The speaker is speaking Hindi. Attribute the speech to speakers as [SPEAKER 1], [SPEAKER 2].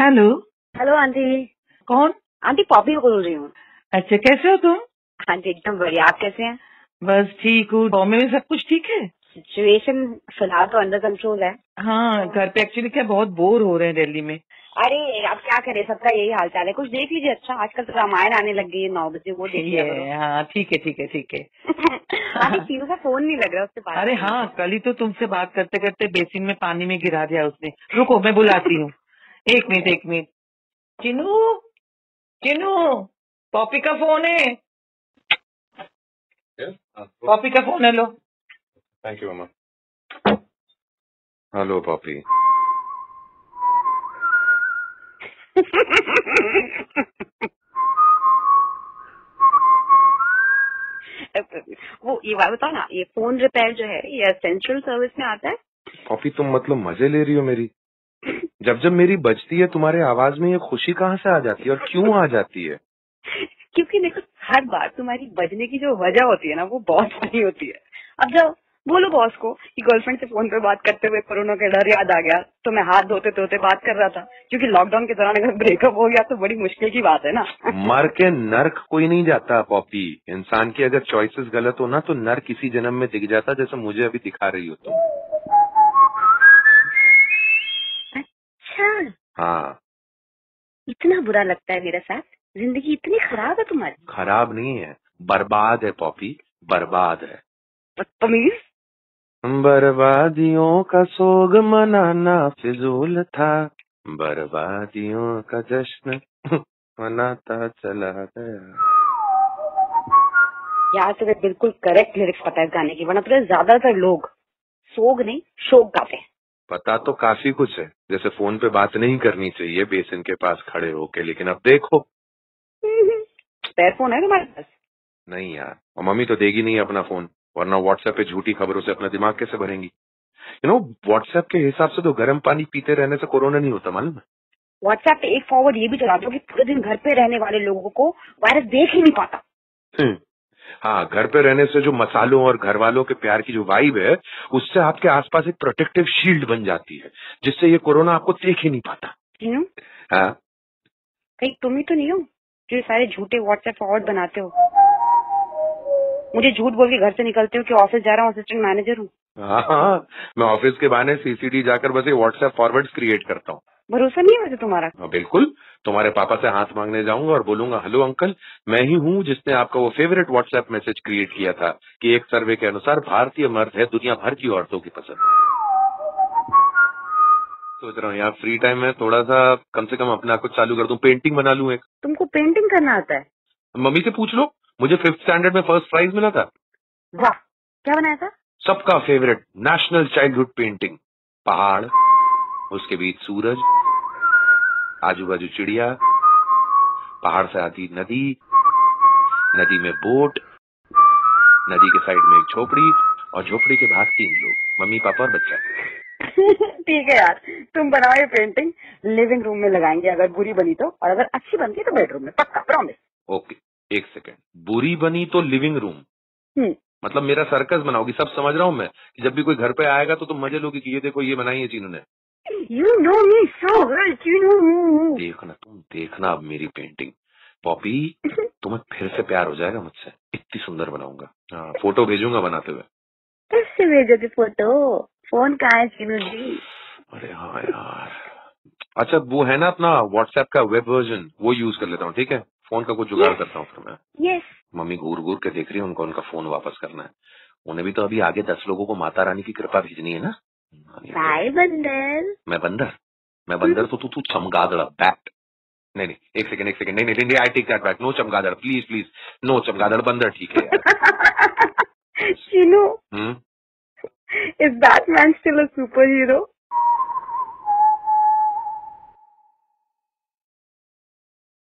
[SPEAKER 1] हेलो
[SPEAKER 2] हेलो आंटी
[SPEAKER 1] कौन
[SPEAKER 2] आंटी पॉपी बोल रही हूँ
[SPEAKER 1] अच्छा कैसे हो तुम
[SPEAKER 2] हाँ जी एकदम बढ़िया आप कैसे हैं
[SPEAKER 1] बस ठीक हूँ बॉम्बे में सब कुछ ठीक है
[SPEAKER 2] सिचुएशन फिलहाल तो अंडर कंट्रोल है
[SPEAKER 1] हाँ घर पे एक्चुअली क्या बहुत बोर हो रहे हैं दिल्ली में
[SPEAKER 2] अरे अब क्या करें सबका यही हाल चाल है कुछ देख लीजिए अच्छा आजकल तो रामायण आने लग गई है नौ बजे वो देख लिया हाँ,
[SPEAKER 1] ये हाँ ठीक है ठीक है ठीक है
[SPEAKER 2] करो। आंटी पीयू का फोन नहीं लग रहा उससे बात
[SPEAKER 1] अरे हाँ कल ही तो तुमसे बात करते करते बेसिन में पानी में गिरा दिया उसने रुको मैं बुलाती हूँ एक मिनट एक मिनट चिनू चिनू पॉपी का फोन है
[SPEAKER 3] Yes. Uh, oh,
[SPEAKER 1] पॉपी का फोन है लो
[SPEAKER 3] thank you, Mama. Hello, Poppy.
[SPEAKER 2] वो ये बात बताओ ना ये फोन रिपेयर जो है ये एसेंशियल सर्विस में आता है
[SPEAKER 3] Poppy, तुम मतलब मजे ले रही हो मेरी जब जब मेरी बजती है तुम्हारे आवाज में ये खुशी कहाँ से आ जाती है और क्यों आ जाती है
[SPEAKER 2] क्योंकि देखो हर बार तुम्हारी बजने की जो वजह होती है ना वो बहुत फनी होती है अब जब बोलो बॉस को कि गर्लफ्रेंड से फोन पे बात करते हुए कोरोना का डर याद आ गया तो मैं हाथ धोते धोते बात कर रहा था क्योंकि लॉकडाउन के दौरान अगर ब्रेकअप हो गया तो बड़ी मुश्किल की बात है ना
[SPEAKER 3] मर के नर्क कोई नहीं जाता पॉपी इंसान की अगर चॉइसेस गलत हो ना तो नर्क किसी जन्म में दिख जाता जैसे मुझे अभी दिखा रही हो तुम
[SPEAKER 2] अच्छा
[SPEAKER 3] हाँ
[SPEAKER 2] इतना बुरा लगता है मेरे साथ जिंदगी इतनी खराब है तुम्हारी
[SPEAKER 3] खराब नहीं है बर्बाद है पॉपी बर्बाद है
[SPEAKER 2] बदतमीज
[SPEAKER 3] बर्बादियों का सोग मनाना फिजूल था बर्बादियों का जश्न मनाता चला गया
[SPEAKER 2] यार तुम्हें बिल्कुल करेक्ट लिरिक्स पता है इस गाने की वरना तुम्हें ज्यादातर लोग सोग नहीं शोक गाते हैं
[SPEAKER 3] पता तो काफी कुछ है जैसे फोन पे बात नहीं करनी चाहिए बेसिन के पास खड़े होके लेकिन अब देखो
[SPEAKER 2] स्पेयर फोन है तुम्हारे पास
[SPEAKER 3] नहीं यार और मम्मी तो देगी नहीं अपना फोन वरना व्हाट्सएप पे झूठी खबरों से अपना दिमाग कैसे भरेंगी यू नो व्हाट्सएप के हिसाब से तो गर्म पानी पीते रहने से कोरोना नहीं होता मालूम है
[SPEAKER 2] व्हाट्सएप पे एक फॉरवर्ड ये भी चला दो कि पूरे दिन घर पे रहने वाले लोगों को वायरस देख ही नहीं पाता
[SPEAKER 3] हम्म। हाँ घर पे रहने से जो मसालों और घर वालों के प्यार की जो वाइब है उससे आपके आसपास एक प्रोटेक्टिव शील्ड बन जाती है जिससे ये कोरोना आपको देख ही नहीं पाता
[SPEAKER 2] यू
[SPEAKER 3] हाँ
[SPEAKER 2] कहीं तुम ही तो नहीं हो जो ये सारे झूठे व्हाट्सएप फॉरवर्ड बनाते हो मुझे झूठ बोल के घर से निकलते हो कि ऑफिस जा रहा हूँ असिस्टेंट मैनेजर हूँ
[SPEAKER 3] हाँ हाँ, मैं ऑफिस के बहाने सीसीडी जाकर बस ये व्हाट्सएप फॉरवर्ड क्रिएट करता हूँ
[SPEAKER 2] भरोसा नहीं है वैसे तुम्हारा
[SPEAKER 3] हाँ, बिल्कुल तुम्हारे पापा से हाथ मांगने जाऊंगा और बोलूंगा हेलो अंकल मैं ही हूँ जिसने आपका वो फेवरेट व्हाट्सएप मैसेज क्रिएट किया था कि एक सर्वे के अनुसार भारतीय मर्द है दुनिया भर की औरतों की पसंद सोच रहा हूँ यार फ्री टाइम में थोड़ा सा कम से कम अपना कुछ चालू कर दूं पेंटिंग बना लूं एक
[SPEAKER 2] तुमको पेंटिंग करना आता है
[SPEAKER 3] मम्मी से पूछ लो मुझे फिफ्थ स्टैंडर्ड में फर्स्ट प्राइज मिला था
[SPEAKER 2] वाह क्या बनाया था
[SPEAKER 3] सबका फेवरेट नेशनल चाइल्डहुड पेंटिंग पहाड़ उसके बीच सूरज आजू बाजू चिड़िया पहाड़ से आती नदी नदी में बोट नदी के साइड में एक झोपड़ी और झोपड़ी के बाहर तीन लोग मम्मी पापा और बच्चा
[SPEAKER 2] ठीक है यार तुम बनाओ ये पेंटिंग लिविंग रूम में लगाएंगे अगर बुरी बनी तो और अगर अच्छी बनती है तो बेडरूम में पक्का प्रॉमिस
[SPEAKER 3] ओके एक सेकेंड बुरी बनी तो लिविंग रूम
[SPEAKER 2] हम्म
[SPEAKER 3] मतलब मेरा सर्कस बनाओगी सब समझ रहा हूँ मैं कि जब भी कोई घर पे आएगा तो तुम मजे लोगी कि ये देखो ये बनाई है चीनू ने
[SPEAKER 2] You know me so well, you know me.
[SPEAKER 3] देखना तुम देखना अब मेरी पेंटिंग पॉपी तुम्हें फिर से प्यार हो जाएगा मुझसे इतनी सुंदर बनाऊंगा हाँ, फोटो भेजूंगा बनाते हुए
[SPEAKER 2] कैसे भेजोगे फोटो फोन कहाँ है सीनू जी
[SPEAKER 3] अरे हाँ यार अच्छा वो है ना अपना व्हाट्सएप का वेब वर्जन वो यूज कर लेता हूँ ठीक है फोन का कुछ जुगाड़ करता हूँ फिर मैं
[SPEAKER 2] यस
[SPEAKER 3] मम्मी घूर घूर के देख रही है उनको उनका फोन वापस करना है उन्हें भी तो अभी आगे दस लोगों को माता रानी की कृपा भेजनी है ना हाँ, तो
[SPEAKER 2] बाय बंदर
[SPEAKER 3] मैं बंदर मैं बंदर तो तू तू चमगादड़ बैट नहीं नहीं एक सेकंड एक सेकंड नहीं नहीं, नहीं I take that back no चमगादड़ प्लीज प्लीज नो चमगादड़ बंदर ठीक है यार
[SPEAKER 2] Seenu
[SPEAKER 3] hmm
[SPEAKER 2] is Batman still a super hero